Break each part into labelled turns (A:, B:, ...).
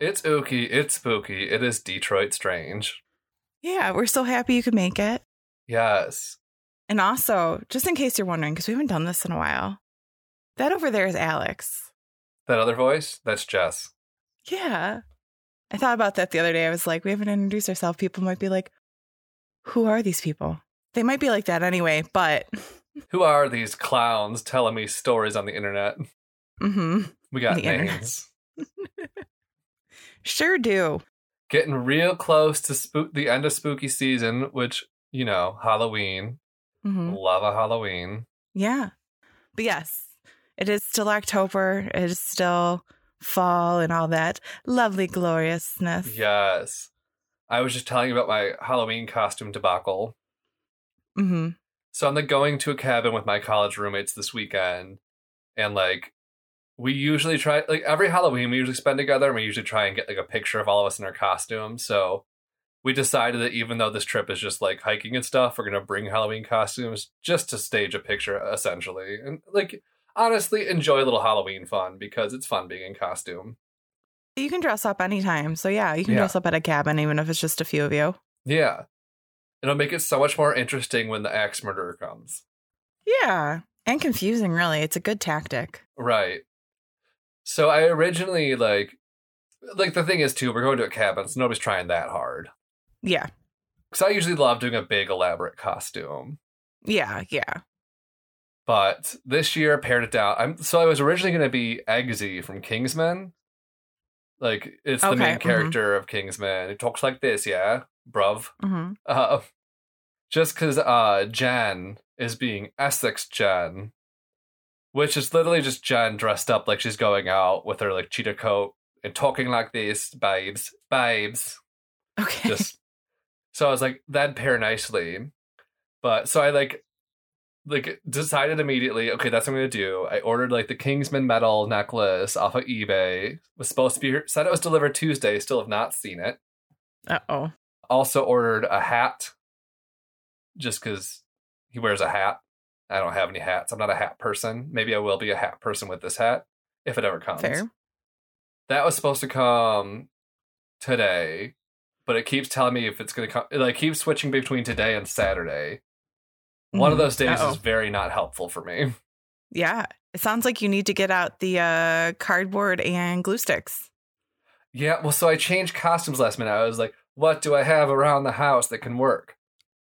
A: It's ooky, it's spooky, it is Detroit strange.
B: Yeah, we're so happy you could make it.
A: Yes.
B: And also, just in case you're wondering, because we haven't done this in a while, that over there is Alex.
A: That other voice? That's Jess.
B: Yeah. I thought about that the other day. I was like, we haven't introduced ourselves. People might be like, who are these people? They might be like that anyway, but
A: Who are these clowns telling me stories on the internet?
B: hmm
A: We got
B: The
A: names.
B: internet. sure do.
A: Getting real close to spook the end of spooky season, which, you know, Halloween.
B: hmm
A: Love a Halloween.
B: Yeah. But yes, it is still October. It is still fall and all that lovely gloriousness.
A: Yes. I was just telling you about my Halloween costume debacle.
B: hmm
A: So I'm like going to a cabin with my college roommates this weekend, and like we usually try like every Halloween we usually spend together, and we usually try and get like a picture of all of us in our costumes. So we decided that even though this trip is just like hiking and stuff, we're gonna bring Halloween costumes just to stage a picture, essentially, and like honestly enjoy a little Halloween fun because it's fun being in costume.
B: You can dress up anytime. So yeah, you can
A: Yeah.
B: dress up at a cabin, even if it's just a few of you.
A: Yeah, it'll make it so much more interesting when the axe murderer comes.
B: Yeah. And confusing, really. It's a good tactic.
A: Right. So I originally like like the thing is too, we're going to a cabin, so nobody's trying that hard.
B: Yeah.
A: Cause I usually love doing a big elaborate costume.
B: Yeah. Yeah.
A: But this year I pared it down. I'm so I was originally gonna be Eggsy from Kingsman. Like it's the
B: Okay,
A: main
B: mhm.
A: character of Kingsman. It talks like this, yeah, bruv.
B: hmm
A: Uh, just because uh, Jan is being Essex Jan, which is literally just Jan dressed up like she's going out with her like cheetah coat and talking like this, babes, babes.
B: Okay.
A: Just so I was like that'd pair nicely, but so I like like decided immediately. Okay, that's what I'm gonna do. I ordered like the Kingsman metal necklace off of eBay. Was supposed to be said it was delivered Tuesday. Still have not seen it
B: uh oh.
A: also ordered a hat just because he wears a hat. I don't have any hats. I'm not a hat person. Maybe I will be a hat person with this hat if it ever comes.
B: Fair.
A: That was supposed to come today, but it keeps telling me if it's going to come. It like, keeps switching between today and Saturday. One of
B: Mhm.
A: those days
B: Uh-oh.
A: is very not helpful for me.
B: Yeah. It sounds like you need to get out the uh, cardboard and glue sticks.
A: Yeah, well, so I changed costumes last minute. I was like, what do I have around the house that can work?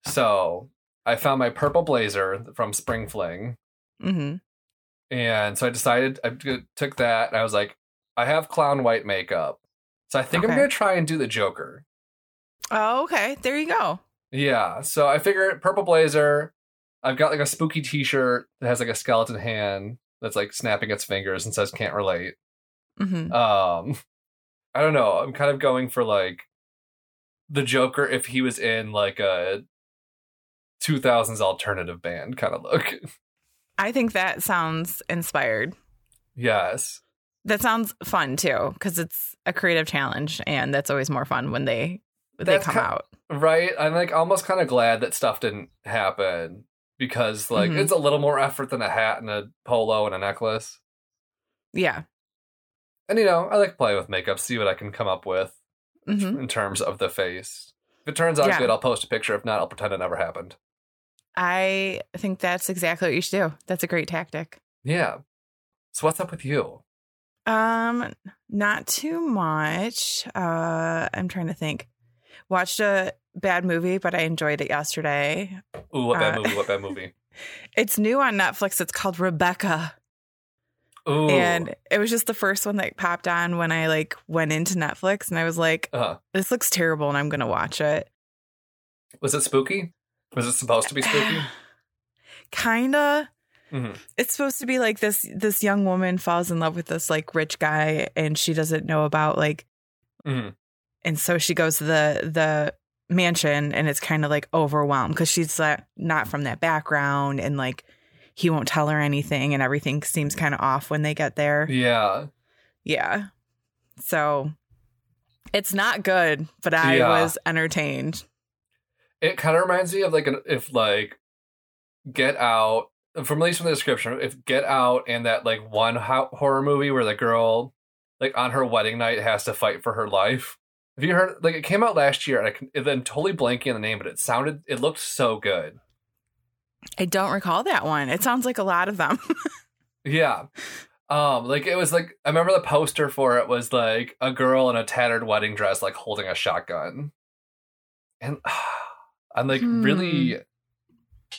A: So I found my purple blazer from Spring Fling.
B: hmm
A: And so I decided I t- took that and I was like, I have clown white makeup. So I think I'm
B: Okay.
A: going to try and do the Joker.
B: Oh, okay. There you go.
A: Yeah. So I figure purple blazer. I've got like a spooky t shirt that has like a skeleton hand that's like snapping its fingers and says can't relate.
B: hmm
A: Um, I don't know. I'm kind of going for like the Joker if he was in like a 2000s alternative band kind of look.
B: I think that sounds inspired.
A: yes.
B: That sounds fun too, because it's a creative challenge, and that's always more fun when they they
A: That's
B: come
A: ki-
B: out.
A: Right. I'm like almost kind of glad that stuff didn't happen because like
B: Mhm.
A: it's a little more effort than a hat and a polo and a necklace.
B: Yeah.
A: And you know, I like play with makeup, see what I can come up with
B: hmm
A: in terms of the face. If it turns out
B: Yeah.
A: good, I'll post a picture. If not, I'll pretend it never happened.
B: I think that's exactly what you should do. That's a great tactic.
A: Yeah. So what's up with you?
B: Um, not too much. Uh, I'm trying to think. Watched a bad movie, but I enjoyed it yesterday.
A: Ooh, what bad
B: Uh,
A: movie? What bad movie?
B: It's new on Netflix. It's called Rebecca.
A: Ooh.
B: And it was just the first one that popped on when I like went into Netflix and I was like,
A: uh,
B: this looks terrible and I'm going to watch it.
A: was it spooky? Was it supposed to be spooky?
B: Kinda.
A: Mhm.
B: It's supposed to be like this this young woman falls in love with this like rich guy and she doesn't know about like
A: Mhm.
B: and so she goes to the the mansion and it's kind of like overwhelmed because she's uh, not from that background and like he won't tell her anything and everything seems kind of off when they get there.
A: Yeah.
B: Yeah. So it's not good, but I
A: Yeah.
B: was entertained.
A: it kind of reminds me of like an if like get out from at least from the description if get out and that like one ho- horror movie where the girl like on her wedding night has to fight for her life. Have you heard? Like it came out last year, and I can, then totally blanking on the name, but it sounded, it looked so good.
B: I don't recall that one. It sounds like a lot of them.
A: Yeah. Um, like it was like I remember the poster for it was like a girl in a tattered wedding dress, like holding a shotgun, and I'm like
B: Hmm.
A: really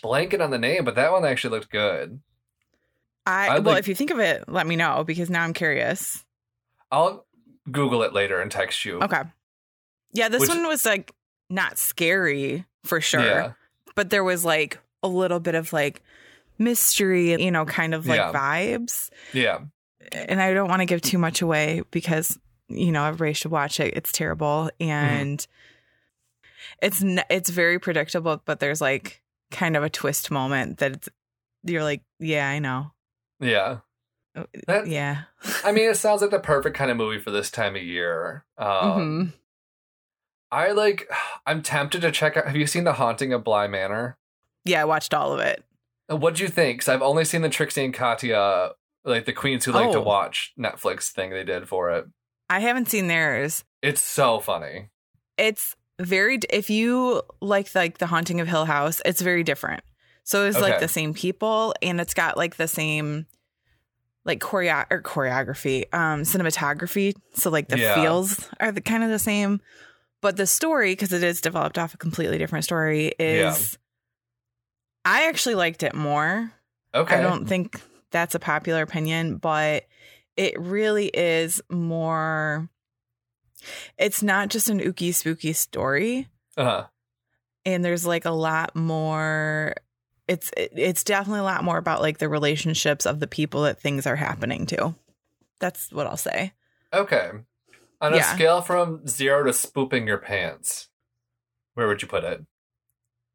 A: blanking on the name, but that one actually looked good.
B: I,
A: I
B: well,
A: like-
B: if you think of it, let me know because now I'm curious.
A: I'll Google it later and text you.
B: Okay. Yeah, this
A: Which-
B: one was like not scary for sure,
A: Yeah.
B: but there was like a little bit of like mystery, you know, kind of like
A: Yeah.
B: vibes.
A: Yeah.
B: And I don't want to give too much away because you know everybody should watch it. It's terrible and it's n- it's very predictable, but there's like kind of a twist moment that it's, you're like, yeah, I know,
A: Yeah.
B: Oh,
A: That,
B: yeah.
A: I mean, it sounds like the perfect kind of movie for this time of year. Um,
B: Mhm.
A: I like, I'm tempted to check out. Have you seen The Haunting of Bly Manor?
B: Yeah, I watched all of it.
A: And Uh, What'd you think? Because I've only seen the Trixie and Katya, like the Queens Who Like to
B: Oh.
A: Watch Netflix thing they did for it.
B: I haven't seen theirs.
A: It's so funny.
B: it's very d- if you like like the haunting of hill house it's very different so it's like
A: Okay.
B: the same people and it's got like the same like choreo- or choreography um cinematography so like the
A: Yeah.
B: feels are the kind of the same but the story because it is developed off a completely different story
A: Yeah.
B: is i actually liked it more
A: Okay.
B: I don't think that's a popular opinion, but it really is more. It's not just an ooky spooky story,
A: uh-huh.
B: and there's like a lot more. It's it- it's definitely a lot more about like the relationships of the people that things are happening to. That's what I'll say.
A: Okay. On a
B: Yeah.
A: scale from zero to spooping your pants, where would you put it?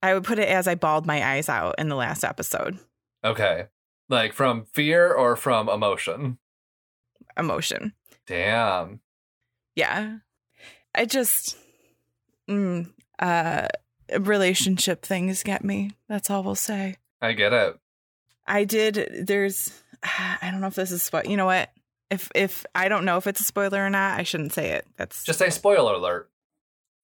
B: I would put it as I bawled my eyes out in the last episode.
A: Okay. Like from fear or from emotion?
B: Emotion,
A: Damn.
B: yeah. I just, mm, uh, relationship things get me. That's all we'll say.
A: I get it.
B: I did. There's. I don't know if this is what you know. What if if I don't know if it's a spoiler or not? I shouldn't say it. That's
A: Just say spoiler alert.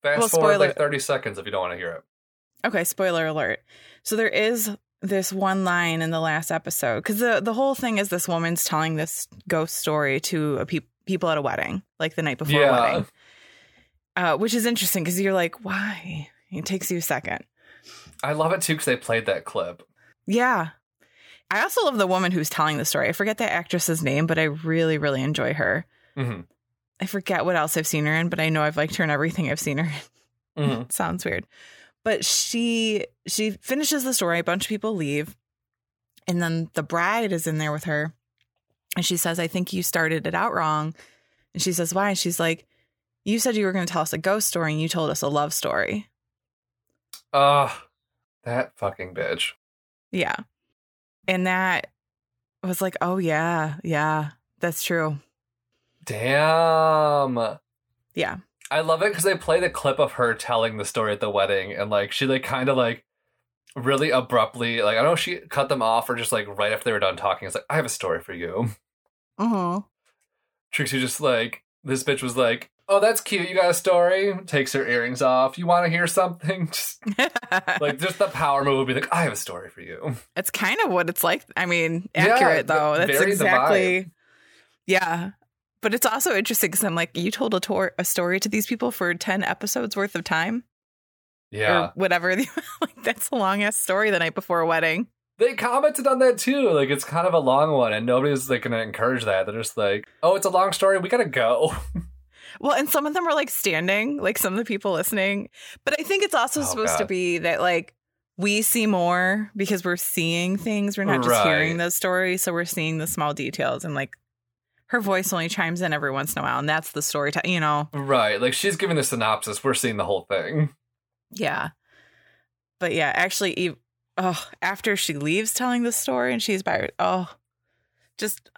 A: Fast
B: Well,
A: forward
B: spoiler-
A: like 30 seconds if you don't want to hear it.
B: okay. Spoiler alert. So there is this one line in the last episode because the the whole thing is this woman's telling this ghost story to a peop people at a wedding, like the night before a
A: Yeah.
B: wedding, uh, which is interesting because you're like, why? It takes you a second.
A: I love it too because they played that clip.
B: Yeah. I also love the woman who's telling the story. I forget that actress's name, but I really, really enjoy her.
A: hmm
B: I forget what else I've seen her in, but I know I've liked her in everything I've seen her in.
A: hmm
B: Sounds weird. But she she finishes the story, a bunch of people leave, and then the bride is in there with her. And she says, I think you started it out wrong. And she says, Why? And she's like, You said you were gonna tell us a ghost story and you told us a love story.
A: Ugh. That fucking bitch.
B: Yeah. And that was like, Oh yeah, yeah, that's true.
A: Damn.
B: Yeah.
A: I love it because they play the clip of her telling the story at the wedding and like she like kind of like really abruptly like I don't know if she cut them off or just like right after they were done talking. It's like I have a story for you.
B: Uh-huh.
A: Trixie just like this bitch was like, "Oh, that's cute. You got a story." Takes her earrings off. You want to hear something? Just like just the power move would be like, "I have a story for you."
B: It's kind of what it's like. I mean,
A: Yeah,
B: accurate
A: it
B: though. That's
A: varies the
B: exactly. Yeah. But it's also interesting because I'm like, you told a, tor- a story to these people for 10 episodes worth of time
A: Yeah,
B: or whatever. the- like, that's a long ass story the night before a wedding.
A: they commented on that too. Like it's kind of a long one, and nobody's like going to encourage that. They're just like, "Oh, it's a long story. We gotta go."
B: Well, and some of them are like standing, like some of the people listening. But I think it's also
A: Oh,
B: supposed to
A: God.
B: be that like we see more because we're seeing things. We're not just hearing
A: Right.
B: those stories. So we're seeing the small details and like her voice only chimes in every once in a while. And that's the story, ti- you know?
A: right? Like she's giving the synopsis. We're seeing the whole thing.
B: Yeah. But yeah, actually, ev- oh, after she leaves telling the story and she's by her, oh, just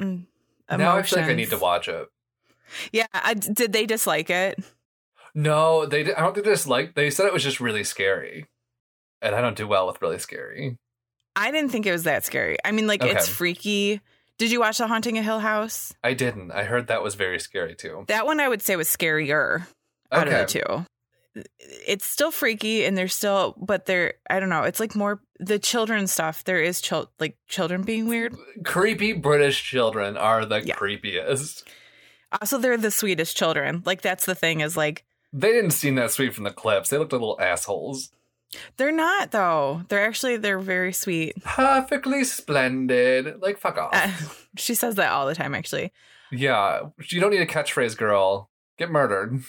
B: mm,
A: Now I feel like I
B: emotions.
A: need to watch it.
B: Yeah, I, did they dislike it?
A: No, they. di- I don't think they disliked. They said it was just really scary, and I don't do well with really scary.
B: I didn't think it was that scary. I mean, like it's
A: Okay.
B: freaky Did you watch The Haunting of Hill House?
A: I didn't. I heard that was very scary too.
B: That one I would say was scarier out
A: Okay.
B: of the two. It's still freaky and there's still, but there, I don't know. It's like more the children stuff. There is chil- like children being weird.
A: Creepy British children are the
B: Yeah.
A: creepiest.
B: Also, they're the sweetest children. Like, that's the thing is like,
A: They didn't seem that sweet from the clips. They looked like little assholes.
B: they're not though. They're actually, they're very sweet.
A: Perfectly splendid. Like fuck off.
B: Uh, she says that all the time, actually.
A: yeah, you don't need a catchphrase, girl. Get murdered.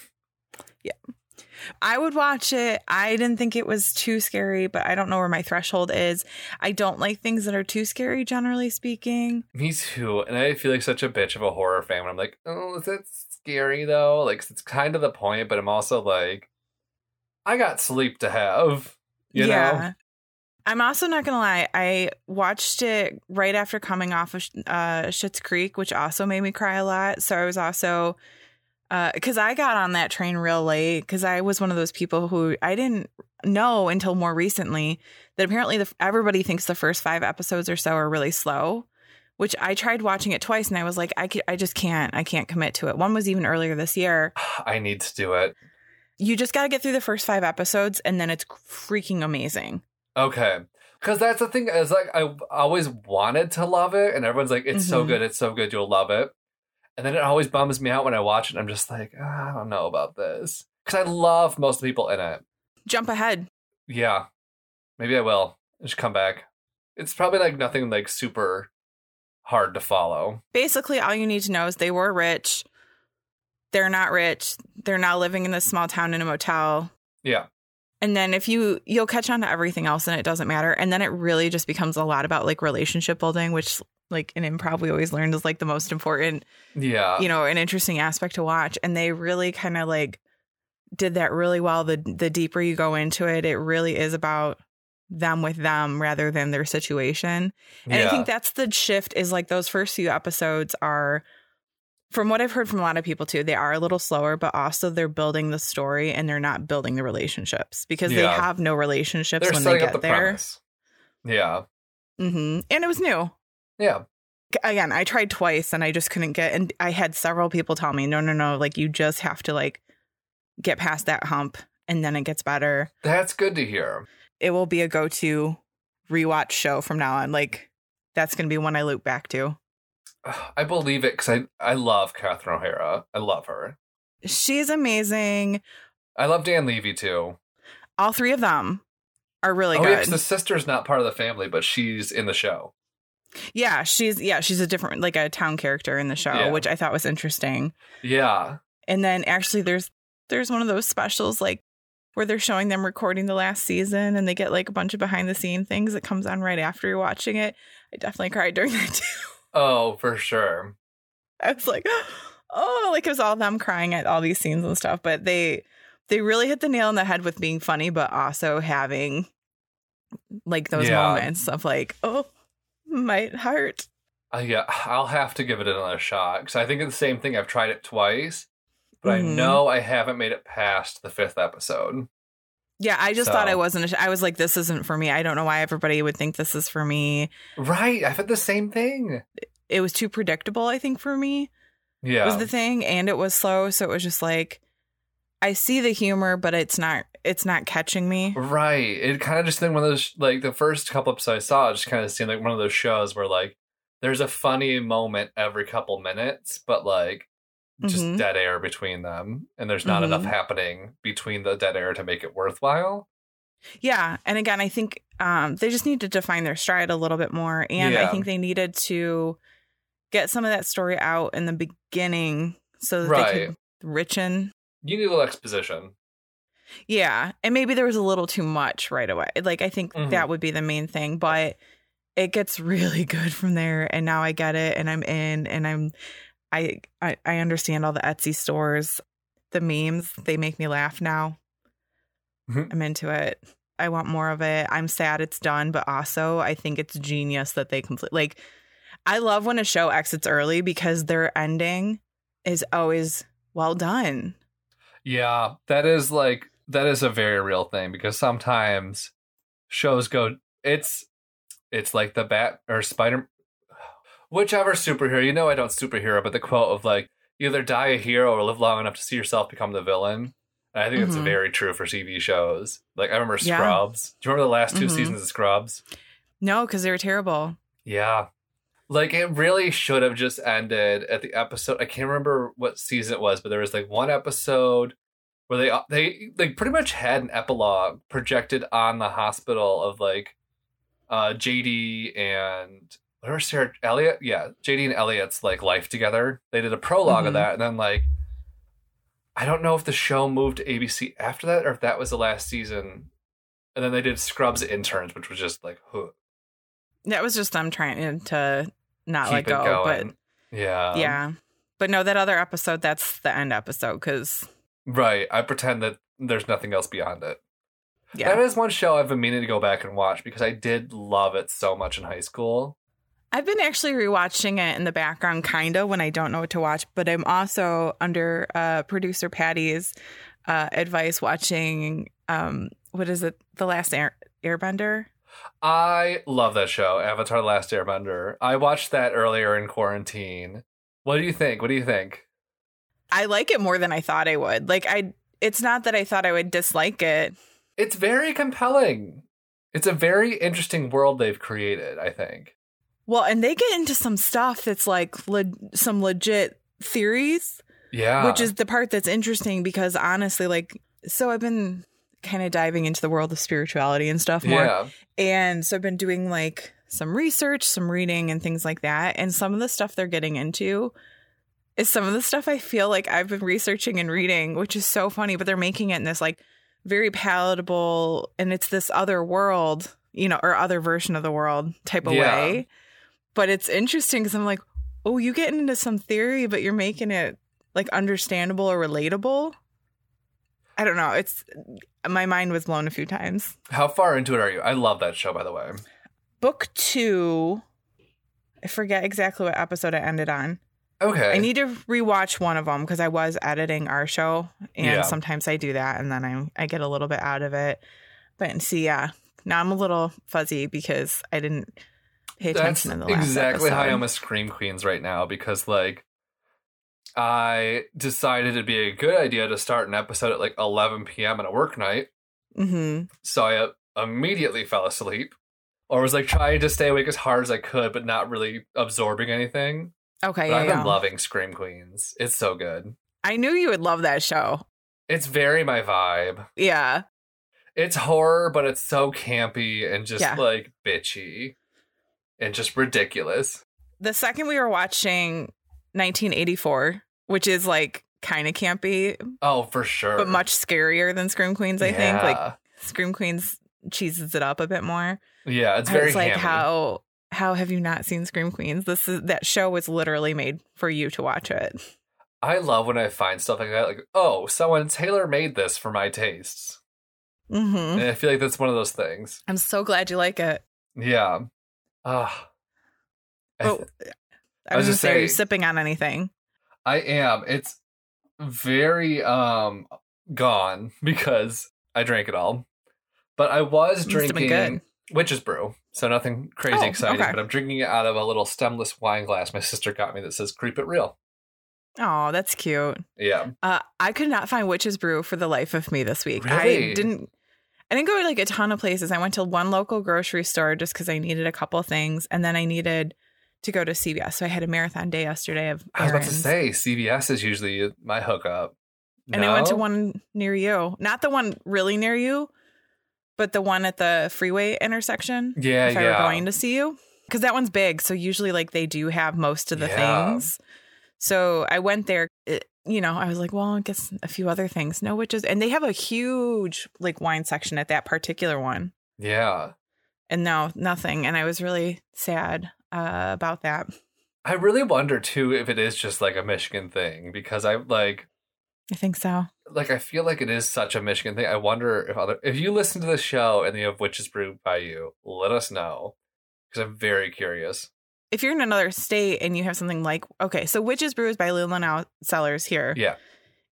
B: I would watch it. I didn't think it was too scary, but I don't know where my threshold is. I don't like things that are too scary, generally speaking.
A: Me too. And I feel like such a bitch of a horror fan when I'm like, oh, is that scary though? Like, 'cause it's kind of the point, but I'm also like, I got sleep to have. You know?
B: I'm also not gonna lie. I watched it right after coming off of uh, Schitt's Creek, which also made me cry a lot. So I was also because I got on that train real late because I was one of those people who I didn't know until more recently that apparently the, everybody thinks the first five episodes or so are really slow. Which I tried watching it twice, and I was like, I, ca- I just can't, I can't commit to it. One was even earlier this year.
A: I need to do it.
B: You just got to get through the first five episodes, and then it's freaking amazing.
A: Okay. Because that's the thing is like, I always wanted to love it, and everyone's like, it's so
B: Mhm.
A: good, it's so good, you'll love it. And then it always bums me out when I watch it. and I'm just like, "Ah, I don't know about this. Because I love most of the people in it.
B: Jump ahead,
A: Yeah. Maybe I will. Just come back. It's probably like nothing like super hard to follow.
B: basically all you need to know is they were rich. They're not rich. They're now living in this small town in a motel.
A: Yeah.
B: And then if you you'll catch on to everything else and it doesn't matter. And then it really just becomes a lot about like relationship building, which like in improv we always learned is like the most important,
A: Yeah.
B: you know, an interesting aspect to watch. And they really kind of like did that really well. The the deeper you go into it, it really is about them with them rather than their situation. And
A: yeah.
B: I think that's the shift is like those first few episodes are from what I've heard from a lot of people too, they are a little slower, but also they're building the story and they're not building the relationships because they
A: Yeah.
B: have no relationships
A: They're
B: when
A: setting
B: they
A: up
B: get
A: the
B: there.
A: premise. Yeah.
B: hmm And it was new.
A: Yeah.
B: Again, I tried twice and I just couldn't get and I had several people tell me, no, no, no, like you just have to like get past that hump and then it gets better.
A: That's good to hear.
B: It will be a go to rewatch show from now on. Like that's gonna be one I loop back to.
A: I believe it because I, I love Catherine O'Hara. I love her.
B: She's amazing.
A: I love Dan Levy
B: Oh
A: too.
B: all three of them are really
A: oh, yeah,
B: good.
A: 'cause the sister's not part of the family, but she's in the show.
B: yeah, she's yeah, she's a different like a town character in the show,
A: Yeah.
B: which I thought was interesting.
A: Yeah.
B: And then actually there's there's one of those specials like where they're showing them recording the last season and they get like a bunch of behind the scene things that comes on right after you're watching it. I definitely cried during that too.
A: Oh, for sure.
B: I was like, oh, like it was all them crying at all these scenes and stuff. But they they really hit the nail on the head with being funny, but also having like those
A: Yeah.
B: moments of like, oh, my heart.
A: Uh, yeah, I'll have to give it another shot because I think it's the same thing. I've tried it twice, but I
B: Mhm.
A: know I haven't made it past the fifth episode.
B: Yeah, I just thought
A: So-
B: I wasn't. a sh- I was like, this isn't for me. I don't know why everybody would think this is for me.
A: Right, I've had the same thing.
B: It was too predictable, I think, for me
A: Yeah,
B: was the thing, and it was slow, so it was just like, I see the humor, but it's not. It's not catching me.
A: right. It kind of just then one of those like the first couple episodes I saw, it just kind of seemed like one of those shows where like there's a funny moment every couple minutes, but like just
B: Mhm.
A: dead air between them, and there's not enough
B: Mhm.
A: happening between the dead air to make it worthwhile.
B: Yeah, and again, I think um, they just need to define their stride a little bit more, and I
A: Yeah.
B: think they needed to get some of that story out in the beginning so that they
A: Right.
B: could richen.
A: You need a little exposition.
B: Yeah, and maybe there was a little too much right away. Like I think
A: Mhm.
B: that would be the main thing, but it gets really good from there, and now I get it, and I'm in, and I'm, I, I, I understand all the Etsy stores, the memes. They make me laugh now.
A: Mhm.
B: I'm into it. I want more of it. I'm sad it's done, but also I think it's genius that they complete. Like, I love when a show exits early because their ending is always well done.
A: Yeah, that is like that is a very real thing because sometimes shows go it's it's like the bat or spider whichever superhero, you know, I don't superhero, but the quote of like, either die a hero or live long enough to see yourself become the villain. And I think it's
B: Mhm.
A: very true for TV shows. Like, I remember
B: Yeah.
A: Scrubs. Do you remember the last 2
B: Mhm.
A: seasons of Scrubs?
B: No, because they were terrible.
A: Yeah. Like it really should have just ended at the episode. I can't remember what season it was, but there was like one episode where they uh, they they pretty much had an epilogue projected on the hospital of like uh JD and whatever Sarah Elliot, yeah, JD and Elliot's like life together. They did a prolog
B: Mhm.
A: of that, and then like I don't know if the show moved to ABC after that or if that was the last season. And then they did Scrubs interns, which was just like, huh,
B: That was just them trying to not let
A: keep it
B: go.
A: going. um, yeah,
B: But yeah. But no, that other episode, that's the end episode because,
A: Right. I pretend that there's nothing else beyond it.
B: yeah.
A: That is one show I've been meaning to go back and watch because I did love it so much in high school.
B: I've been actually rewatching it in the background, kind of when I don't know what to watch. But I'm also under uh, producer Patty's uh, advice watching um, what is it, The Last Air- Airbender?
A: I love that show, Avatar: The Last Airbender. I watched that earlier in quarantine. What do you think? What do you think?
B: I like it more than I thought I would. Like I, it's not that I thought I would dislike it.
A: It's very compelling. It's a very interesting world they've created, I think.
B: Well, and they get into some stuff that's like le- some legit theories,
A: Yeah.
B: which is the part that's interesting because honestly, like, so I've been kind of diving into the world of spirituality and stuff more.
A: Yeah.
B: And so I've been doing like some research, some reading, and things like that. And some of the stuff they're getting into is some of the stuff I feel like I've been researching and reading, which is so funny, but they're making it in this like very palatable and it's this other world, you know, or other version of the world type of
A: Yeah.
B: way. But it's interesting because I'm like, oh, you get into some theory, but you're making it like understandable or relatable. I don't know. It's my mind was blown a few times
A: How far into it are you? I love that show, by the way.
B: book two. I forget exactly what episode it ended on.
A: Okay.
B: I need to rewatch one of them because I was editing our show, and
A: Yeah.
B: sometimes I do that, and then I I get a little bit out of it. But see, yeah, now I'm a little fuzzy because I didn't pay attention in the last
A: exactly how I
B: episode.
A: am with Scream Queens right now because like I decided it'd be a good idea to start an episode at like 11 p.m. on a work night,
B: Mhm.
A: so I uh, immediately fell asleep or was like trying to stay awake as hard as I could, but not really absorbing anything. But
B: Okay, yeah,
A: I've been
B: yeah.
A: loving Scream Queens. It's so good.
B: I knew you would love that show.
A: It's very my vibe.
B: Yeah,
A: It's horror, but it's so campy and just
B: Yeah.
A: like bitchy and just ridiculous.
B: the second we were watching 1984, which is like kind of campy
A: Oh, for sure.
B: but much scarier than Scream Queens. I think like
A: Yeah.
B: Scream Queens cheeses it up a bit more.
A: Yeah, it's
B: I
A: very
B: was like
A: hammy.
B: how how have you not seen Scream Queens? This is that show was literally made for you to watch it.
A: I love when I find stuff like that. Like, oh, someone tailor made this for my tastes.
B: hmm
A: And I feel like that's one of those things.
B: I'm so glad you like it.
A: Yeah. Ah. I th-
B: But Oh, I
A: was just
B: was just saying, are you
A: saying-
B: sipping on anything?
A: I am. It's very um gone because I drank it all. But I was
B: Must have been
A: drinking witch's brew, so nothing crazy
B: Oh,
A: exciting.
B: okay.
A: But I'm drinking it out of a little stemless wine glass my sister got me that says "Creep It Real."
B: Oh, that's cute.
A: Yeah,
B: Uh, I could not find Witch's Brew for the life of me this week.
A: Really?
B: I didn't. I didn't go to like a ton of places. I went to one local grocery store just because I needed a couple things, and then I needed to go to CVS. So I had a marathon day yesterday of
A: I was about to
B: errands.
A: say CVS is usually my hookup.
B: And I went to
A: No?
B: one near you. Not the one really near you, but the one at the freeway intersection.
A: Yeah,
B: if
A: yeah.
B: I were going to see you. Because that one's big. So usually, like, they do have most of the
A: Yeah.
B: things. So I went there. It, you know, I was like, well, I guess a few other things. No witches. And they have a huge, like, wine section at that particular one.
A: yeah.
B: And no, nothing. And I was really sad uh, about that.
A: I really wonder too if it is just like a Michigan thing because I like
B: I think so.
A: like I feel like it is such a Michigan thing. I wonder if other if you listen to the show and you have witches brewed by you, let us know because I'm very curious.
B: if you're in another state and you have something like okay, so Witch's Brew is by Leland Out Sellers here.
A: Yeah.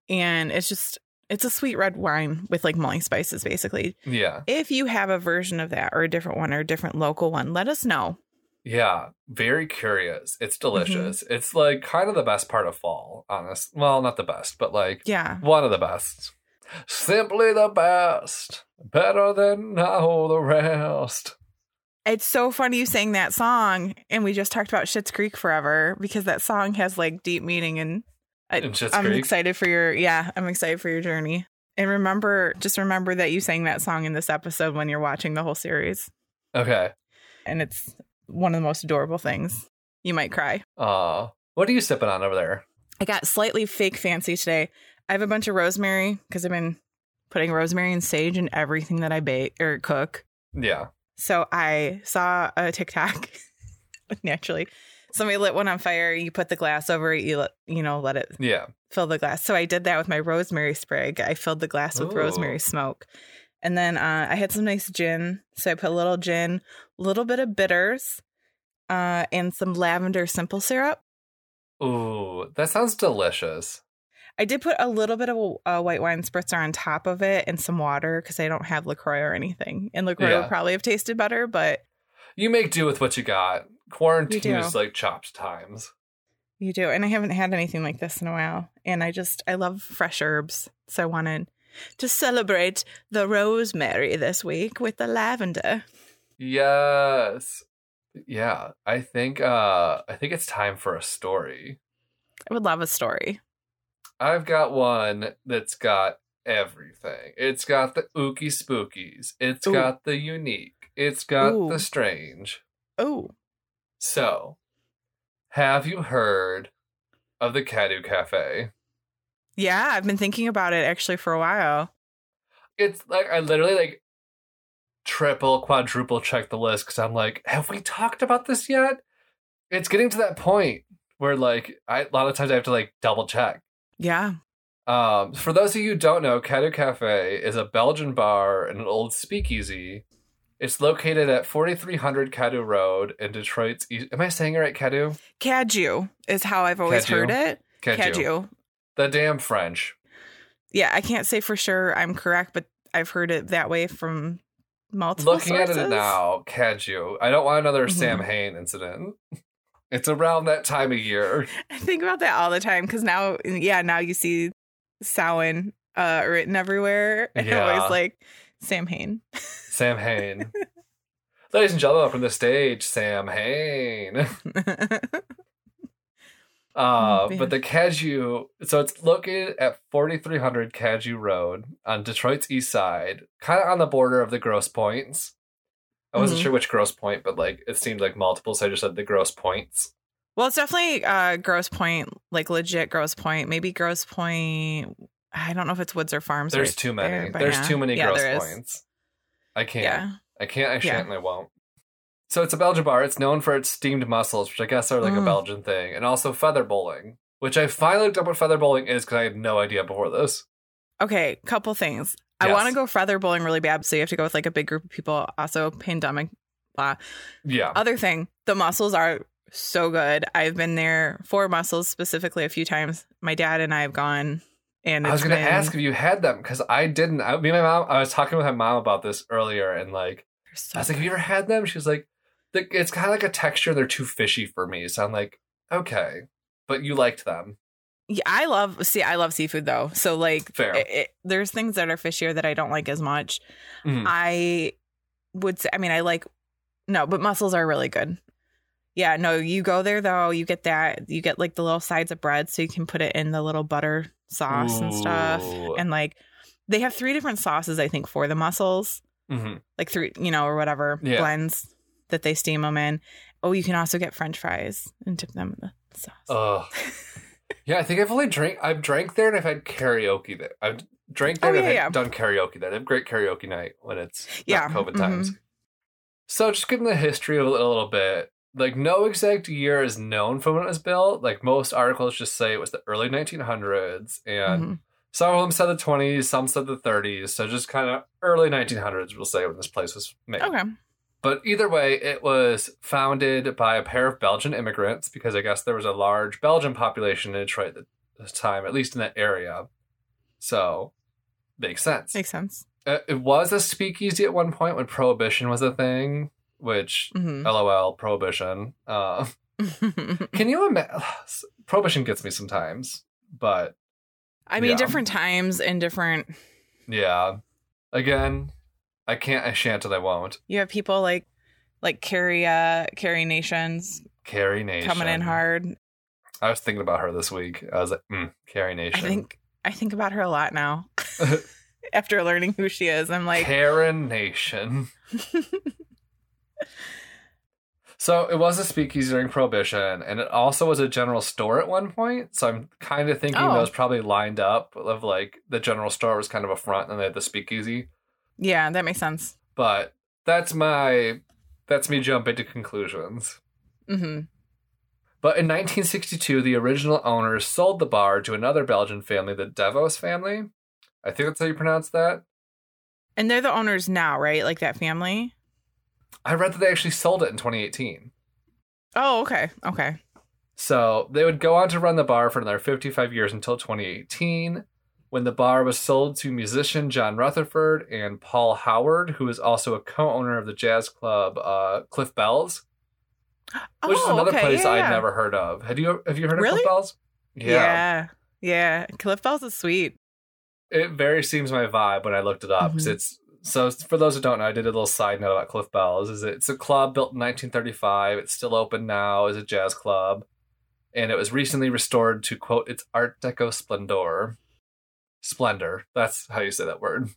B: And it's just it's a sweet red wine with like molly spices basically.
A: Yeah,
B: If you have a version of that or a different one or a different local one, let us know.
A: Yeah, very curious. It's
B: Mm-hmm.
A: delicious. It's like kind of the best part of fall, honest. Well, not the best, but like
B: Yeah.
A: one of the best. Simply the best. Better than all the rest.
B: It's so funny you sang that song, and we just talked about Schitt's Creek forever because that song has like deep meaning, and I,
A: In Schitt's
B: I'm
A: Creek?
B: excited for your yeah, I'm excited for your journey. And remember, just remember that you sang that song in this episode when you're watching the whole series,
A: Okay.
B: and it's one of the most adorable things. You might cry.
A: Uh what are you sipping on over there?
B: I got slightly fake fancy today. I have a bunch of rosemary because I've been putting rosemary and sage in everything that I bake or cook.
A: Yeah.
B: So I saw a TikTok naturally. Somebody lit one on fire. You put the glass over it. You let, you know let it
A: Yeah.
B: fill the glass. So I did that with my rosemary sprig. I filled the glass with
A: Ooh.
B: rosemary smoke, and then uh, I had some nice gin. So I put a little gin, a little bit of bitters, uh, and some lavender simple syrup.
A: Ooh, that sounds delicious.
B: I did put a little bit of a, a white wine spritzer on top of it and some water because I don't have Lacroix or anything, and Lacroix
A: Yeah.
B: would probably have tasted better, but
A: You make do with what you got. Quarantine
B: You do.
A: is like chopped times.
B: You do. And I haven't had anything like this in a while. And I just, I love fresh herbs. So I wanted to celebrate the rosemary this week with the lavender.
A: Yes. Yeah. I think uh I think it's time for a story.
B: I would love a story.
A: I've got one that's got everything. It's got the ooky spookies. It's
B: Ooh.
A: got the unique. It's got
B: Ooh.
A: the strange.
B: Oh,
A: So, have you heard of the Cadu Cafe?
B: yeah. I've been thinking about it actually for a while.
A: It's like I literally like triple, quadruple check the list because I'm like, have we talked about this yet? It's getting to that point where like I, a lot of times I have to like double check.
B: Yeah.
A: Um, for those of you who don't know, Caddo Cafe is a Belgian bar and an old speakeasy. It's located at 4300 Caddo Road in Detroit's. East- Am I saying it right, Caddo?
B: Caju is how I've always
A: Caju.
B: heard it. Caju.
A: The damn French.
B: Yeah. I can't say for sure I'm correct, but I've heard it that way from multiple
A: Looking at it
B: sources.
A: now, Caddo. I don't want another
B: Mhm.
A: Sam Hain incident. It's around that time of year.
B: I think about that all the time because now, yeah, now you see Samhain uh, written everywhere. And
A: Yeah.
B: always like Sam Hain.
A: Sam Hain. Ladies and gentlemen, from the stage, Sam Hain. Uh,
B: Oh, man.
A: but the Caju, so it's located at 4300 Caju Road on Detroit's east side, kind of on the border of the Gross Points. I wasn't
B: Mhm.
A: sure which Gross Point, but like it seemed like multiple, so I just said the Gross Points.
B: well, it's definitely uh, Gross Point, like legit Gross Point. Maybe Gross Point. I don't know if it's Woods or Farms.
A: There's
B: right
A: too many.
B: there, but
A: There's
B: yeah.
A: too many
B: Yeah,
A: Gross
B: there is.
A: Points. I can't.
B: Yeah.
A: I can't. I
B: Yeah.
A: shan't. And I won't. So it's a Belgian bar. It's known for its steamed mussels, which I guess are like a
B: Mm.
A: Belgian thing, and also feather bowling, which I finally looked up what feather bowling is because I had no idea before this.
B: Okay, couple things. I
A: Yes.
B: want to go feather bowling really bad, so you have to go with like a big group of people. Also, pandemic, blah.
A: Yeah.
B: Other thing, the mussels are so good. I've been there for mussels specifically a few times. My dad and I have gone, and
A: I was
B: it's
A: going to
B: been-
A: ask if you had them because I didn't. I, me and my mom, I was talking with my mom about this earlier, and like,
B: They're so
A: I was like,
B: good.
A: "Have you ever had them?" She was like, "The- "It's kind of like a texture. They're too fishy for me." So I'm like, "Okay," but you liked them.
B: yeah, I love see, I love seafood though. So like,
A: Fair.
B: it- it- there's things that are fishier that I don't like as much.
A: Mm.
B: I would say, I mean, I like no, but mussels are really good. Yeah, no, you go there though, you get that, you get like the little sides of bread, so you can put it in the little butter sauce and stuff,
A: Ooh.
B: and like they have three different sauces I think for the mussels.
A: Mhm.
B: like three, you know, or whatever
A: Yeah.
B: blends that they steam them in. Oh, you can also get French fries and dip them in the sauce.
A: Ugh. yeah, I think I've only drank. I've drank there and I've had karaoke there. I've drank there
B: Oh,
A: and
B: yeah,
A: I've
B: yeah.
A: had done karaoke there. They have great karaoke night when it's not
B: Yeah, mm-hmm.
A: COVID times. So just giving the history of it a little bit, like no exact year is known from when it was built. Like most articles just say it was the early 1900s, and
B: Mhm.
A: some of them said the 20s, some said the 30s. So just kind of early 1900s, we'll say when this place was made.
B: Okay.
A: But either way, it was founded by a pair of Belgian immigrants because I guess there was a large Belgian population in Detroit at the time, at least in that area. So makes sense.
B: Makes sense.
A: Uh, It was a speakeasy at one point when prohibition was a thing. which
B: Mhm.
A: LOL prohibition. Uh, can you imagine? prohibition gets me sometimes, but
B: I mean,
A: Yeah.
B: different times and different.
A: yeah. Again, I can't. I shan't, and I won't.
B: You have people like like Carrie uh, Carrie Nations
A: Carrie Nation
B: coming in hard.
A: I was thinking about her this week. I was like, mm, Carrie
B: I
A: Nation.
B: think I think about her a lot now. After learning who she is, I'm like,
A: Karen Nation. so it was a speakeasy during Prohibition, and it also was a general store at one point. So I'm kind of thinking
B: Oh.
A: those probably lined up of like the general store was kind of a front, and they had the speakeasy.
B: yeah, that makes sense.
A: But that's my that's me jumping to conclusions.
B: hmm
A: But in 1962, the original owner sold the bar to another Belgian family, the Devos family. I think that's how you pronounce that.
B: And they're the owners now, right? Like that family.
A: I read that they actually sold it in 2018.
B: Oh, okay, okay.
A: So they would go on to run the bar for another 55 years until 2018, when the bar was sold to musician John Rutherford and Paul Howard, who is also a co owner of the jazz club uh, Cliff Bells, which is
B: oh,
A: another
B: okay,
A: place
B: yeah,
A: I'd
B: yeah.
A: never heard of. Had you, have you heard of
B: Really?
A: Cliff Bells?
B: Yeah. yeah, Cliff Bells is sweet.
A: it very seems my vibe when I looked it up. 'cause
B: Mhm.
A: It's so for those who don't know, I did a little side note about Cliff Bells. Is it's a club built in 1935. It's still open now as a jazz club, and it was recently restored to quote its Art Deco splendor. Splendor. That's how you say that word.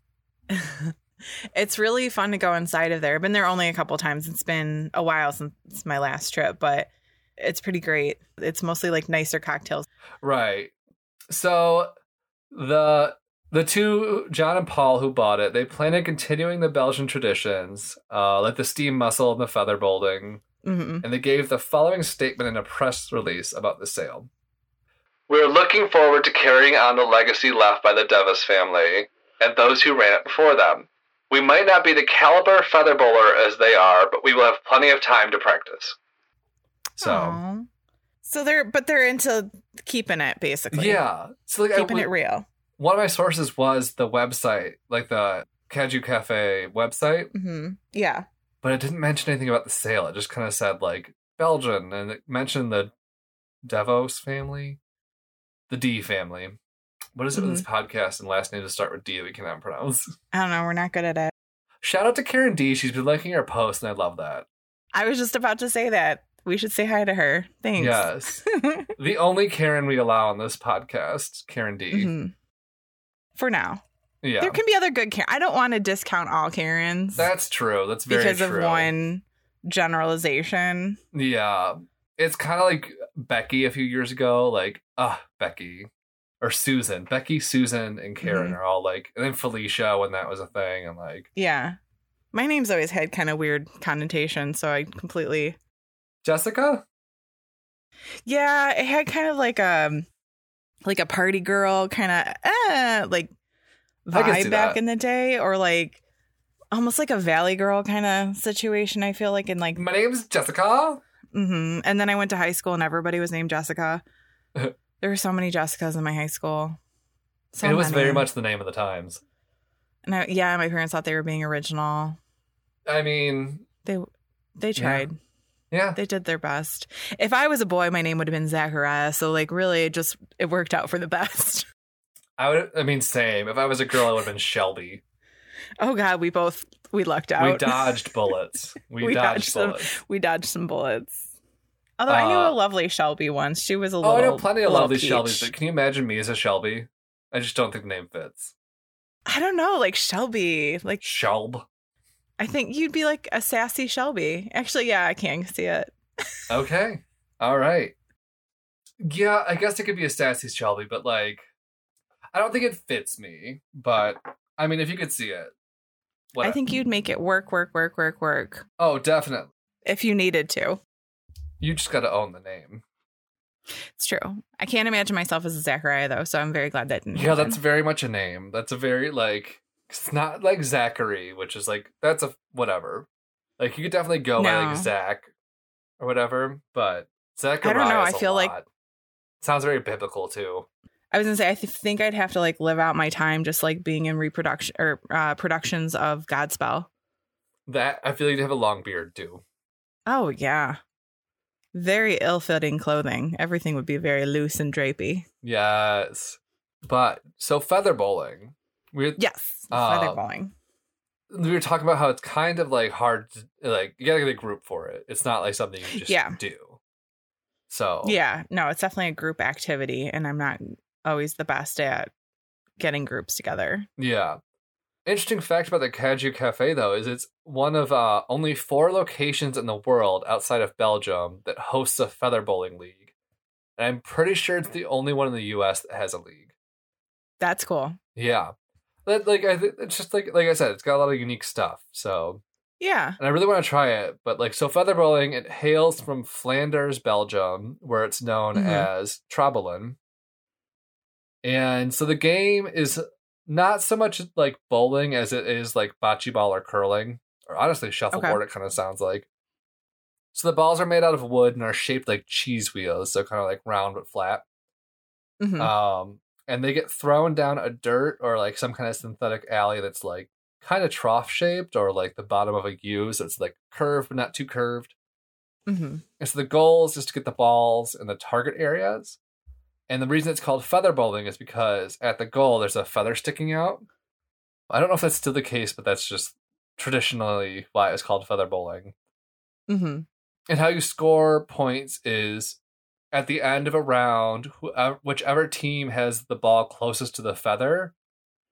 B: it's really fun to go inside of there. I've been there only a couple times. It's been a while since my last trip, but it's pretty great. It's mostly like nicer cocktails.
A: Right. So the the two John and Paul who bought it, they plan on continuing the Belgian traditions, uh, like the steam mussel and the feather bowling.
B: hmm
A: and they gave the following statement in a press release about the sale. We're looking forward to carrying on the legacy left by the Devis family and those who ran it before them. We might not be the caliber feather bowler as they are, but we will have plenty of time to practice. So,
B: Aw. so they're but they're into keeping it basically.
A: yeah. So like I
B: keeping
A: w-
B: it real.
A: one of my sources was the website, like the Kaju Cafe website,
B: hmm Yeah.
A: but it didn't mention anything about the sale. It just kind of said like Belgian and it mentioned the Devos family, the D family. What is it with this
B: Mm-hmm.
A: podcast and last name to start with D that we cannot pronounce?
B: I don't know. We're not good at it.
A: Shout out to Karen D. She's been liking our posts and I love that.
B: I was just about to say that we should say hi to her. Thanks.
A: Yes. the only Karen we allow on this podcast, Karen D.
B: Mhm. For now,
A: Yeah.
B: there can be other good Karen. I don't want to discount all Karens
A: That's true. That's very
B: because
A: true.
B: of one generalization.
A: Yeah. It's kind of like Becky a few years ago, like, ah, Becky or Susan. Becky, Susan, and Karen
B: Mm-hmm.
A: are all like, and then Felicia when that was a thing. And like,
B: Yeah. My name's always had kind of weird connotation, so I completely
A: Jessica?
B: Yeah, it had kind of like a like a party girl kind of eh, like
A: I can see
B: vibe back
A: that.
B: in the day or like almost like a valley girl kind of situation I feel like in like
A: My name's Jessica.
B: mhm. and then I went to high school and everybody was named Jessica. there were so many Jessicas in my high school. So
A: it was
B: many.
A: very much the name of the times.
B: and I, yeah, my parents thought they were being original.
A: I mean,
B: They they tried.
A: yeah.
B: They did their best. If I was a boy, my name would have been Zachariah. So like really it just it worked out for the best.
A: I would, I mean, same. If I was a girl, I would have been Shelby.
B: Oh god, we both we lucked out.
A: We dodged bullets. We,
B: We
A: dodged,
B: dodged them.
A: bullets.
B: we dodged some bullets. Although I knew
A: Uh,
B: a lovely Shelby once. She was a
A: Oh,
B: little
A: I know plenty of
B: little
A: lovely
B: peach.
A: Shelbys, but can you imagine me as a Shelby? I just don't think the name fits.
B: I don't know, like Shelby. Like
A: Shelb.
B: I think you'd be like a sassy Shelby. Actually, yeah, I can see it.
A: Okay. All right. Yeah, I guess it could be a sassy Shelby, but like, I don't think it fits me. But I mean, if you could see it, what?
B: I think you'd make it work, work, work, work, work.
A: Oh, definitely.
B: If you needed to.
A: You just got to own the name.
B: It's true. I can't imagine myself as a Zachariah though, so I'm very glad that didn't
A: Yeah,
B: happen.
A: that's very much a name. That's a very like. It's not like Zachary, which is like that's a whatever. Like you could definitely go by like
B: No.
A: Zach or whatever, but Zachary.
B: know, I feel like-
A: sounds very biblical too.
B: I was gonna say I th- think I'd have to like live out my time just like being in reproduction or uh, productions of Godspell.
A: That I feel like you have a long beard too.
B: Oh yeah. Very ill fitting clothing. Everything would be very loose and drapey.
A: Yes. But so feather bowling. We
B: Yes.
A: Uh,
B: feather bowling.
A: we were talking about how it's kind of like hard to like you gotta get a group for it. It's not like something you just
B: Yeah.
A: do. So
B: Yeah. No, it's definitely a group activity and I'm not always the best at getting groups together.
A: Yeah. Interesting fact about the Kaju Cafe, though, is it's one of uh, only four locations in the world outside of Belgium that hosts a feather bowling league. And I'm pretty sure it's the only one in the US that has a league.
B: That's cool.
A: Yeah. But, like, I think it's just like, like I said, it's got a lot of unique stuff. So,
B: Yeah.
A: and I really want to try it. But, like, so feather bowling, it hails from Flanders, Belgium, where it's known
B: Mhm.
A: as Trabalin. And so the game is not so much like bowling as it is like bocce ball or curling, or honestly shuffleboard. It kind of sounds like. So the balls are made out of wood and are shaped like cheese wheels, so kind of like round but flat.
B: Mhm.
A: Um, and they get thrown down a dirt or like some kind of synthetic alley that's like kind of trough shaped or like the bottom of a U, so it's like curved but not too curved.
B: Mhm.
A: And so the goal is just to get the balls in the target areas. And the reason it's called feather bowling is because at the goal there's a feather sticking out. I don't know if that's still the case, but that's just traditionally why it's called feather bowling.
B: Mhm.
A: And how you score points is at the end of a round, whoever, whichever team has the ball closest to the feather,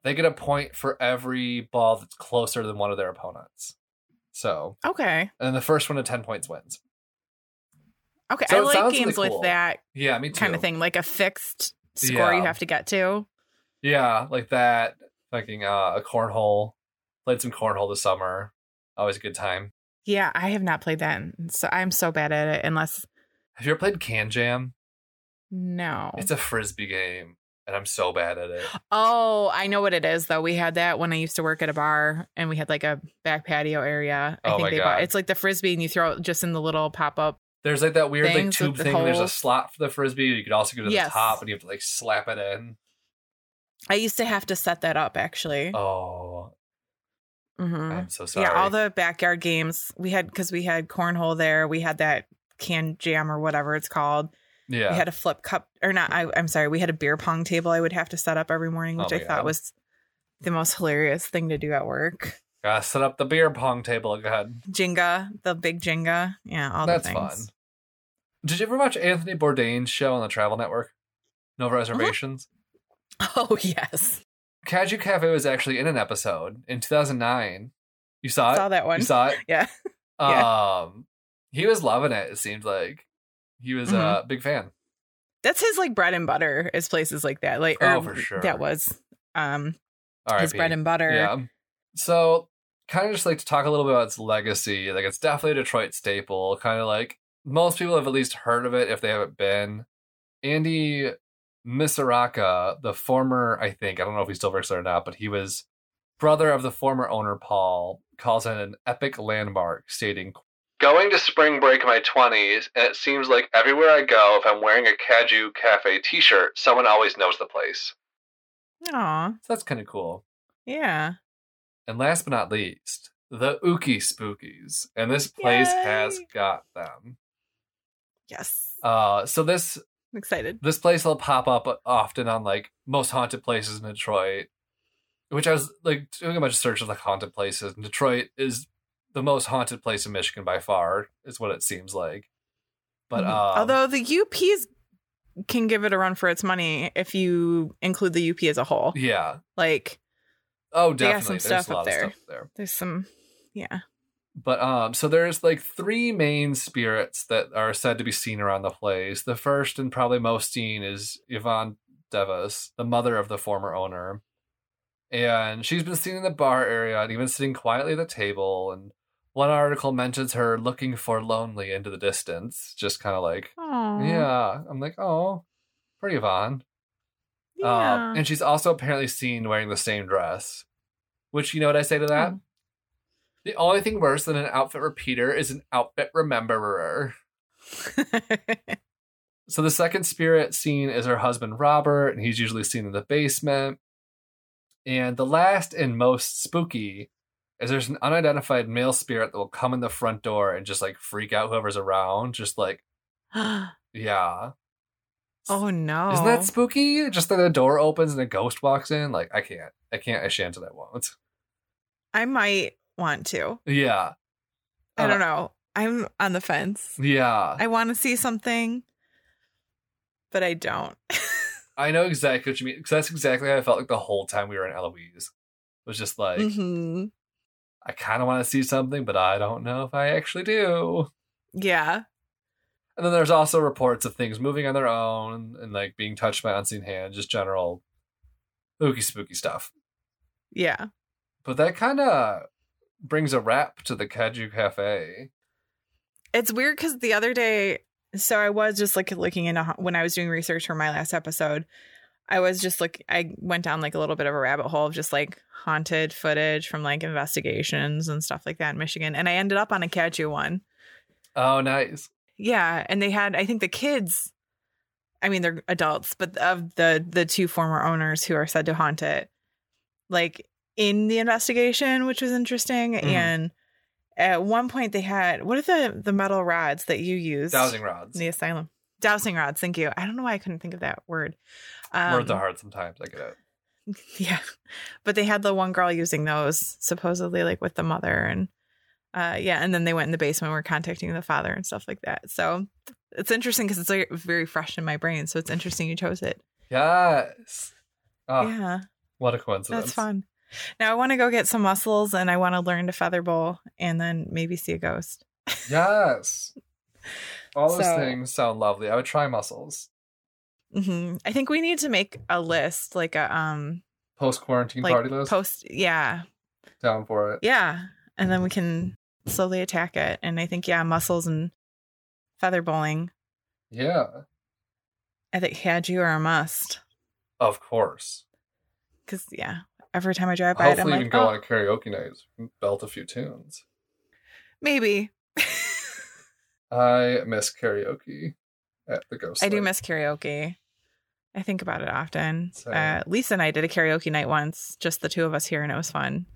A: they get a point for every ball that's closer than one of their opponents. So,
B: Okay.
A: and then the first one to 10 points wins.
B: Okay.
A: So
B: I
A: it
B: like
A: sounds really
B: games
A: cool.
B: with that
A: Yeah, me too.
B: kind of thing, like a fixed score
A: Yeah.
B: you have to get to.
A: Yeah, like that. Fucking uh, a cornhole. Played some cornhole this summer. Always a good time.
B: Yeah, I have not played that. So I'm so bad at it unless
A: Have you ever played Can Jam?
B: no.
A: It's a frisbee game, and I'm so bad at it.
B: Oh, I know what it is though. We had that when I used to work at a bar, and we had like a back patio area. I
A: Oh,
B: think
A: my
B: they
A: God.
B: bought it's like the frisbee, and you throw it just in the little pop up.
A: There's like that weird like
B: Things with
A: tube
B: the
A: thing. and There's a
B: holes.
A: slot for the frisbee. You could also go to the
B: Yes.
A: top, and you have to like slap it in.
B: I used to have to set that up actually.
A: Oh,
B: hmm
A: I'm so sorry.
B: Mm-hmm. Yeah, all the backyard games we had because we had cornhole there. We had that can jam or whatever it's called.
A: yeah.
B: We had a flip cup or not. I, I'm sorry. We had a beer pong table I would have to set up every morning, which
A: Oh
B: I
A: my God.
B: thought was the most hilarious thing to do at work.
A: Gotta set up the beer pong table. Go ahead.
B: Jenga, the big Jenga. Yeah, all
A: That's
B: the
A: fun.
B: things.
A: Did you ever watch Anthony Bourdain's show on the Travel Network? No
B: Uh-huh.
A: reservations.
B: Oh yes,
A: Kaju Cafe was actually in an episode in 2009. You saw it?
B: saw that one.
A: You saw it?
B: Yeah.
A: Um, he was loving it, it seemed like. He was a
B: Mm-hmm.
A: big fan.
B: that's his like bread and butter is places like that like
A: Oh,
B: or
A: for sure.
B: Er, that was um
A: All right.
B: his bread and butter
A: Yeah. So, kind of just like to talk a little bit about its legacy. Like, it's definitely a Detroit staple. Kind of like most people have at least heard of it if they haven't been. Andy Misaraka, the former, I think, I don't know if he still works there or not, but he was brother of the former owner, Paul, calls it an epic landmark, stating, Going to spring break in my 20s, and it seems like everywhere I go, if I'm wearing a Kaju Cafe t shirt, someone always knows the place.
B: Aw,
A: So that's kind of cool.
B: yeah
A: And last but not least, the Ookie Spookies. And this place
B: Yay!
A: has got them.
B: yes
A: Uh, so this
B: i'm excited
A: this place will pop up often on like most haunted places in Detroit. Which I was like doing a bunch of search of like haunted places. And Detroit is the most haunted place in Michigan by far, is what it seems like. But
B: Mhm.
A: um,
B: although the ups can give it a run for its money if you include the up as a whole
A: yeah,
B: like
A: oh
B: They got
A: definitely,
B: some
A: there's
B: stuff
A: a
B: up
A: lot
B: there.
A: of stuff there.
B: there's some yeah
A: But um, so there's like three main spirits that are said to be seen around the place. The first and probably most seen is Yvonne Devas, the mother of the former owner. And she's been seen in the bar area and even sitting quietly at the table. And one article mentions her looking for lonely into the distance, just kind of like,
B: Aw.
A: yeah. I'm like, oh, pretty Yvonne.
B: yeah.
A: Um, and she's also apparently seen wearing the same dress. Which you know what I say to that?
B: Oh.
A: The only thing worse than an outfit repeater is an outfit rememberer. So the second spirit seen is her husband Robert, and he's usually seen in the basement. And the last and most spooky is there's an unidentified male spirit that will come in the front door and just like freak out whoever's around. Just like,
B: oh
A: yeah.
B: no.
A: Isn't that spooky? Just that a door opens and a ghost walks in. Like, I can't. I can't. I shan't. I won't.
B: I might want to.
A: Yeah. Uh,
B: I don't know. I'm on the fence.
A: Yeah.
B: I want to see something, but I don't.
A: I know exactly what you mean. Because that's exactly how I felt like the whole time we were in Eloise. It was just like,
B: Mhm.
A: I kind of want to see something, but I don't know if I actually do.
B: Yeah.
A: And then there's also reports of things moving on their own and like being touched by unseen hands, just general spooky, spooky stuff.
B: Yeah.
A: But that kind of brings a wrap to the Kaju Cafe.
B: It's weird because the other day, so I was just like looking into when I was doing research for my last episode, I was just like, I went down like a little bit of a rabbit hole of just like haunted footage from like investigations and stuff like that in Michigan. And I ended up on a Kaju one.
A: Oh, nice.
B: Yeah, and they had I think the kids I mean they're adults, but of the the two former owners who are said to haunt it like in the investigation, which was interesting
A: Mhm.
B: and at one point they had what are the the metal rods that you used
A: Dowsing rods.
B: in the asylum? Dowsing rods, thank you. I don't know why I couldn't think of that word. Um,
A: Words are hard sometimes. I get it.
B: yeah but they had the one girl using those supposedly like with the mother and uh yeah and then they went in the basement and were contacting the father and stuff like that so it's interesting because it's like very fresh in my brain so it's interesting you chose it
A: Yes. Oh,
B: yeah
A: what a coincidence.
B: that's fun now i want to go get some muscles and i want to learn to feather bowl and then maybe see a ghost
A: Yes. All those
B: So-
A: things sound lovely. I would try muscles.
B: hmm i think we need to make a list like a um
A: Post quarantine
B: like
A: party list.
B: post yeah
A: down for it.
B: Yeah. And then we can slowly attack it. And I think, yeah, muscles and feather bowling,
A: Yeah.
B: I think Hadju are a must.
A: Of course.
B: Because, yeah, every time I drive by it, I'm
A: Hopefully, we
B: like,
A: can go
B: oh,
A: on a karaoke night, and belt a few tunes.
B: maybe.
A: I miss karaoke at the ghost.
B: I do
A: Light.
B: miss karaoke. I think about it often.
A: Same.
B: Uh, Lisa and I did a karaoke night once, just the two of us here, and it was fun.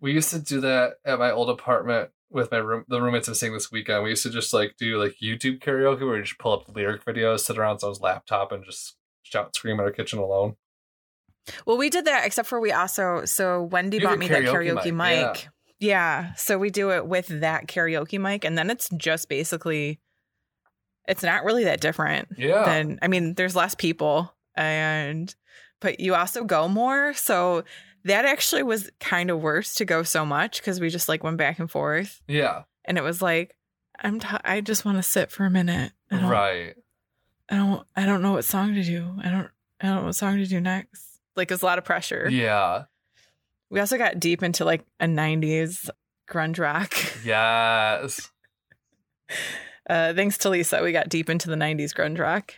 A: We used to do that at my old apartment with my room. The roommates I'm seeing this weekend. We used to just like do like YouTube karaoke, where we just pull up lyric videos, sit around someone's laptop, and just shout and scream at our kitchen alone.
B: Well, we did that, except for we also, so Wendy
A: You have
B: bought
A: a
B: me that
A: karaoke
B: karaoke mic.
A: mic, yeah.
B: yeah. So we do it with that karaoke mic. And then it's just basically, it's not really that different.
A: Yeah.
B: then I mean, there's less people, and but you also go more. So that actually was kind of worse to go so much because we just like went back and forth,
A: yeah.
B: and it was like I'm t- I just want to sit for a minute. I don't,
A: Right.
B: I don't. I don't know what song to do. I don't. I don't know what song to do next. Like it's a lot of pressure.
A: Yeah.
B: We also got deep into like a '90s grunge rock.
A: Yes.
B: Uh, thanks to Lisa, we got deep into the '90s grunge rock.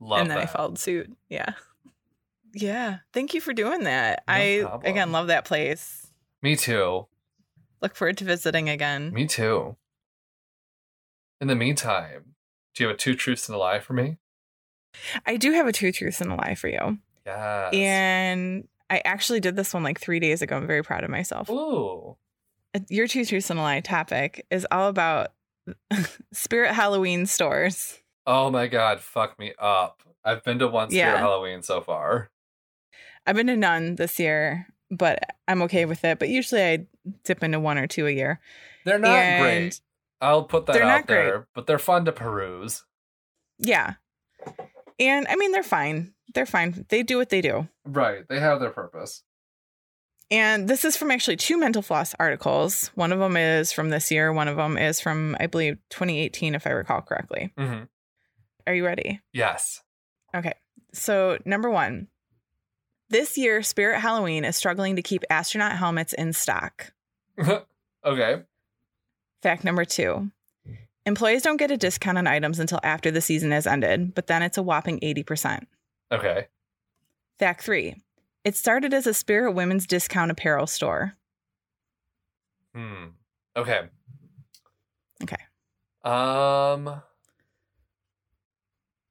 A: Love
B: and then
A: that.
B: I followed suit. Yeah. Yeah. Thank you for doing that.
A: No
B: I
A: problem.
B: again love that place.
A: Me too.
B: Look forward to visiting again.
A: Me too. In the meantime, do you have a two truths and a lie for me?
B: I do have a two truths and a lie for you.
A: Yes.
B: And I actually did this one like three days ago. I'm very proud of myself. Uh,
A: Ooh.
B: Your two truths and a lie topic is all about spirit Halloween stores.
A: Oh my god, fuck me up. I've been to one Spirit
B: Yeah.
A: Halloween so far.
B: I've been to none this year, but I'm okay with it. But usually I dip into one or two a year.
A: They're not
B: And-
A: great. I'll put that
B: They're
A: out
B: not great.
A: there, but they're fun to peruse.
B: Yeah. And I mean, they're fine. They're fine. They do what they do.
A: Right, they have their purpose.
B: And this is from actually two mental floss articles. One of them is from this year, one of them is from, I believe, 2018, if I recall correctly.
A: hmm
B: Are you ready?
A: Yes.
B: So, number one, this year, Spirit Halloween is struggling to keep astronaut helmets in stock.
A: okay.
B: Fact number two employees don't get a discount on items until after the season has ended, but then it's a whopping 80%.
A: Okay.
B: Fact three it started as a Spirit Women's discount apparel store.
A: Hmm. Okay.
B: Okay.
A: Um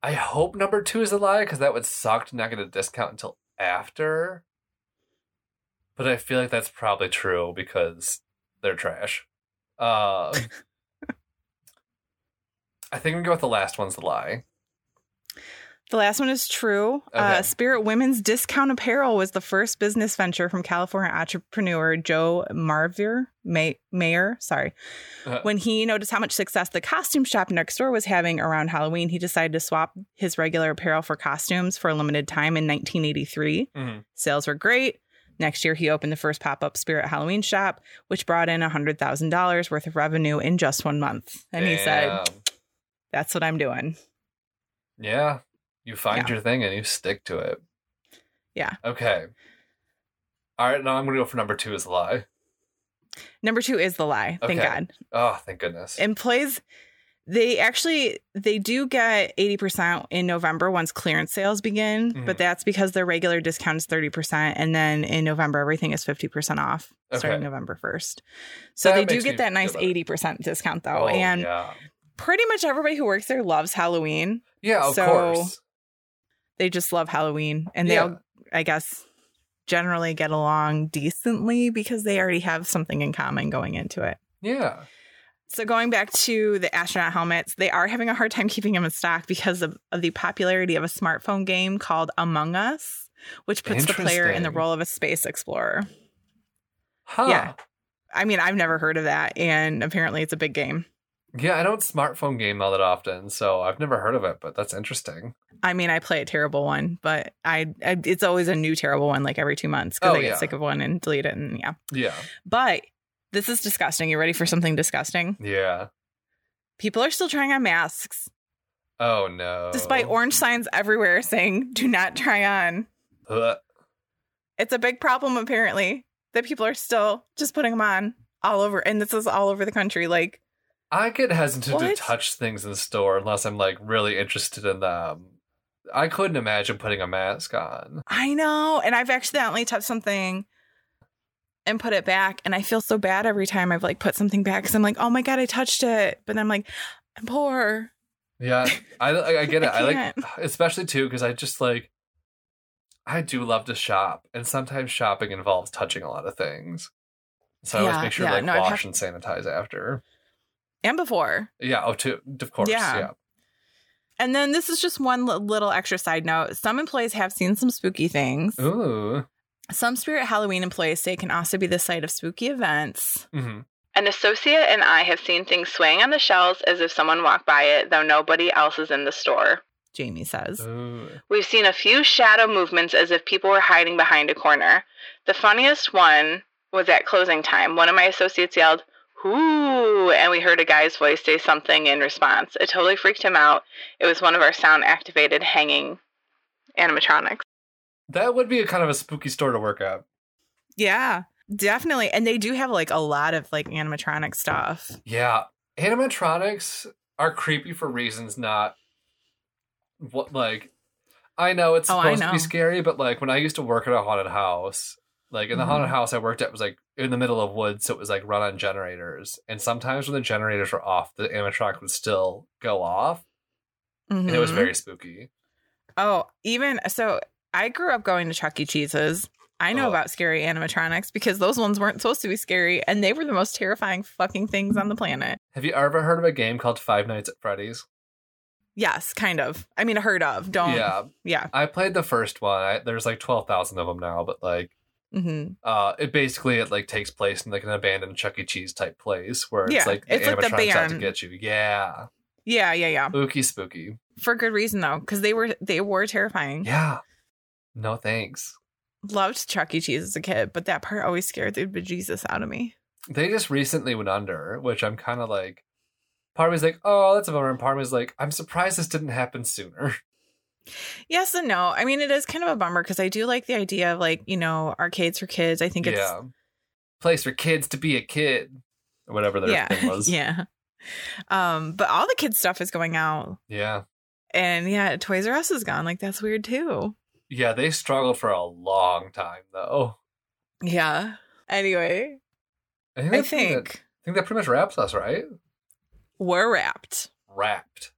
A: I hope number 2 is a lie because that would suck to not get a discount until after. But I feel like that's probably true because They're trash. Uh, I think we go with the last one's the lie.
B: The last one is true. Uh,
A: Okay.
B: Spirit Women's Discount Apparel was the first business venture from California entrepreneur Joe Marvier, May- Mayer. Sorry.
A: Uh-huh.
B: When he noticed how much success the costume shop next door was having around Halloween, he decided to swap his regular apparel for costumes for a limited time in 1983.
A: Mhm.
B: Sales were great. Next year, he opened the first pop up Spirit Halloween shop, which brought in $100,000 worth of revenue in just one month. And he said,
A: Damn.
B: That's what I'm doing.
A: um, Yeah. You find your thing and you stick to it.
B: Yeah.
A: Okay. All right. Now I'm going to go for number two is the lie.
B: Number two is the lie. Thank
A: Okay.
B: God.
A: Oh, thank goodness.
B: and plays they actually they do get 80% in november once clearance sales begin
A: Mhm.
B: but that's because their regular discount is 30% and then in november everything is 50% off starting
A: Okay.
B: november 1st so
A: That
B: they do
A: makes me
B: get that
A: feel
B: nice
A: better.
B: 80% discount though
A: oh,
B: and
A: yeah.
B: pretty much everybody who works there loves halloween
A: Yeah, of
B: so-
A: course.
B: they just love halloween and they
A: Yeah.
B: all i guess generally get along decently because they already have something in common going into it
A: Yeah.
B: So going back to the astronaut helmets, they are having a hard time keeping them in stock because of, of the popularity of a smartphone game called Among Us, which puts the player in the
A: Interesting.
B: role of a space explorer.
A: Huh. Yeah.
B: Yeah. I mean, I've never heard of that, and apparently it's a big game.
A: I don't smartphone game all that often, so I've never heard of it, but that's interesting.
B: I mean, I play a terrible one, but I, I it's always a new terrible one, like every two months, because
A: Oh,
B: I get
A: yeah.
B: sick of one and delete it, and yeah.
A: Yeah.
B: But this is disgusting. You ready for something disgusting?
A: Yeah.
B: People are still trying on masks,
A: Oh, no.
B: despite orange signs everywhere saying "Do not try on."
A: Ugh.
B: it's a big problem apparently that people are still just putting them on all over and this is all over the country like
A: I get hesitant to
B: What?
A: touch things in the store unless I'm like really interested in them. I couldn't imagine putting a mask on.
B: i know and i've accidentally touched something and put it back and i feel so bad every time i've like put something back because i'm like oh my god i touched it but then i'm like i'm poor
A: Yeah, I I I get it.
B: I
A: I, like especially too because I just like I do love to shop, and sometimes shopping involves touching a lot of things. So I
B: Yeah,
A: always make sure
B: yeah,
A: to like
B: no, I'd
A: wash
B: have-
A: and sanitize after.
B: and before
A: Yeah. Oh, too. Of course.
B: Yeah.
A: Yeah.
B: and then this is just one li- little extra side note some employees have seen some spooky things
A: Oh. Ooh.
B: some spirit halloween employees say it can also be the site of spooky events
A: hmm
B: An associate and I have seen things swaying on the shelves as if someone walked by it, though nobody else is in the store. Jamie says.
A: Ooh.
C: We've seen a few shadow movements as if people were hiding behind a corner. The funniest one was at closing time. One of my associates yelled, Whoo! And we heard a guy's voice say something in response. It totally freaked him out. It was one of our sound activated hanging animatronics.
A: That would be a kind of a spooky store to work at.
B: Yeah, definitely. And they do have like a lot of like animatronic stuff.
A: Yeah. Animatronics are creepy for reasons not what like I know it's
B: Oh, I
A: supposed to
B: know.
A: be scary, but like when I used to work at a haunted house, like in the
B: Mhm.
A: haunted house I worked at was like in the middle of woods, so it was like run on generators. And sometimes when the generators were off, the animatronic would still go off. And it was
B: Mhm.
A: very spooky.
B: Oh, even so, I grew up going to Chuck E. Cheese's. I know
A: Ugh.
B: about scary animatronics because those ones weren't supposed to be scary and they were the most terrifying fucking things on the planet.
A: Have you ever heard of a game called Five Nights at Freddy's?
B: Yes, kind of. I mean, heard of. Don't. Yeah.
A: Yeah. I played the first one. I, there's like 12,000 of them now, but like
B: hmm
A: uh it basically it like takes place in like an abandoned chuck e cheese type place where
B: Yeah,
A: it's like the
B: it's like the
A: animatronics out to
B: band.
A: get you yeah
B: Yeah. Yeah. Yeah.
A: spooky spooky
B: For good reason though, because they were they were terrifying.
A: yeah no thanks
B: loved Chuck E. Cheese as a kid, but that part always scared the bejesus out of me.
A: they just recently went under which i'm kind of like part of me's like oh that's a bummer and part of me's like i'm surprised this didn't happen sooner
B: Yes and no. I mean, it is kind of a bummer because I do like the idea of like you know arcades for kids. I think it's
A: yeah place for kids to be a kid or whatever their
B: yeah,
A: thing was
B: yeah. Um, but all the kids stuff is going out,
A: yeah
B: and yeah, Toys R Us is gone. Like that's weird too.
A: yeah they struggled for a long time though
B: Yeah. Anyway,
A: i think
B: I
A: that's pretty-
B: think
A: I think that pretty much wraps us right
B: we're wrapped.
A: wrapped.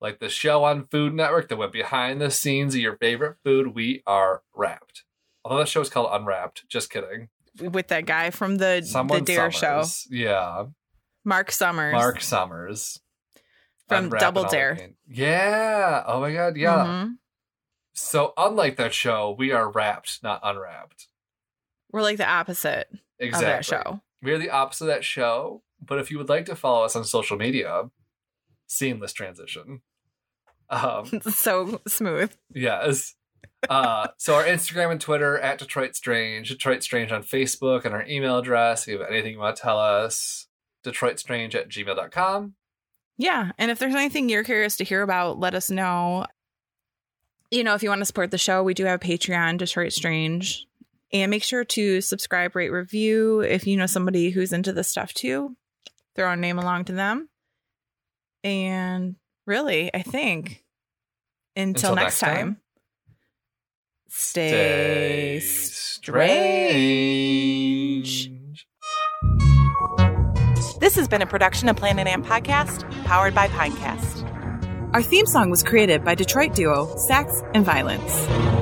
A: Like the show on Food Network that went behind the scenes of your favorite food, we are wrapped. Although that show is called Unwrapped. Just kidding.
B: with that guy from the
A: Someone
B: the Dare show,
A: Summers. Yeah.
B: Mark Summers.
A: Mark Summers.
B: From
A: Unwrapping
B: Double
A: All the
B: Dare.
A: Pain. Yeah. Oh my god, yeah.
B: Mhm.
A: So unlike that show, we are wrapped, not unwrapped.
B: We're like the opposite
A: Exactly.
B: of that show.
A: We're the opposite of that show, but if you would like to follow us on social media, seamless transition. Um
B: so smooth.
A: Yes. Uh, so our Instagram and Twitter at Detroit Strange, Detroit Strange on Facebook, and our email address. If you have anything you want to tell us, Detroit Strange at gmail.com.
B: Yeah. And if there's anything you're curious to hear about, let us know. You know, if you want to support the show, we do have Patreon, Detroit Strange. And make sure to subscribe, rate, review if you know somebody who's into this stuff too. Throw a name along to them. And really, I think until,
A: Until next
B: next time,
A: time,
B: stay, strange.
D: This has been a production of Planet Amp Podcast, powered by Pinecast.
E: Our theme song was created by Detroit duo Sax and Violence.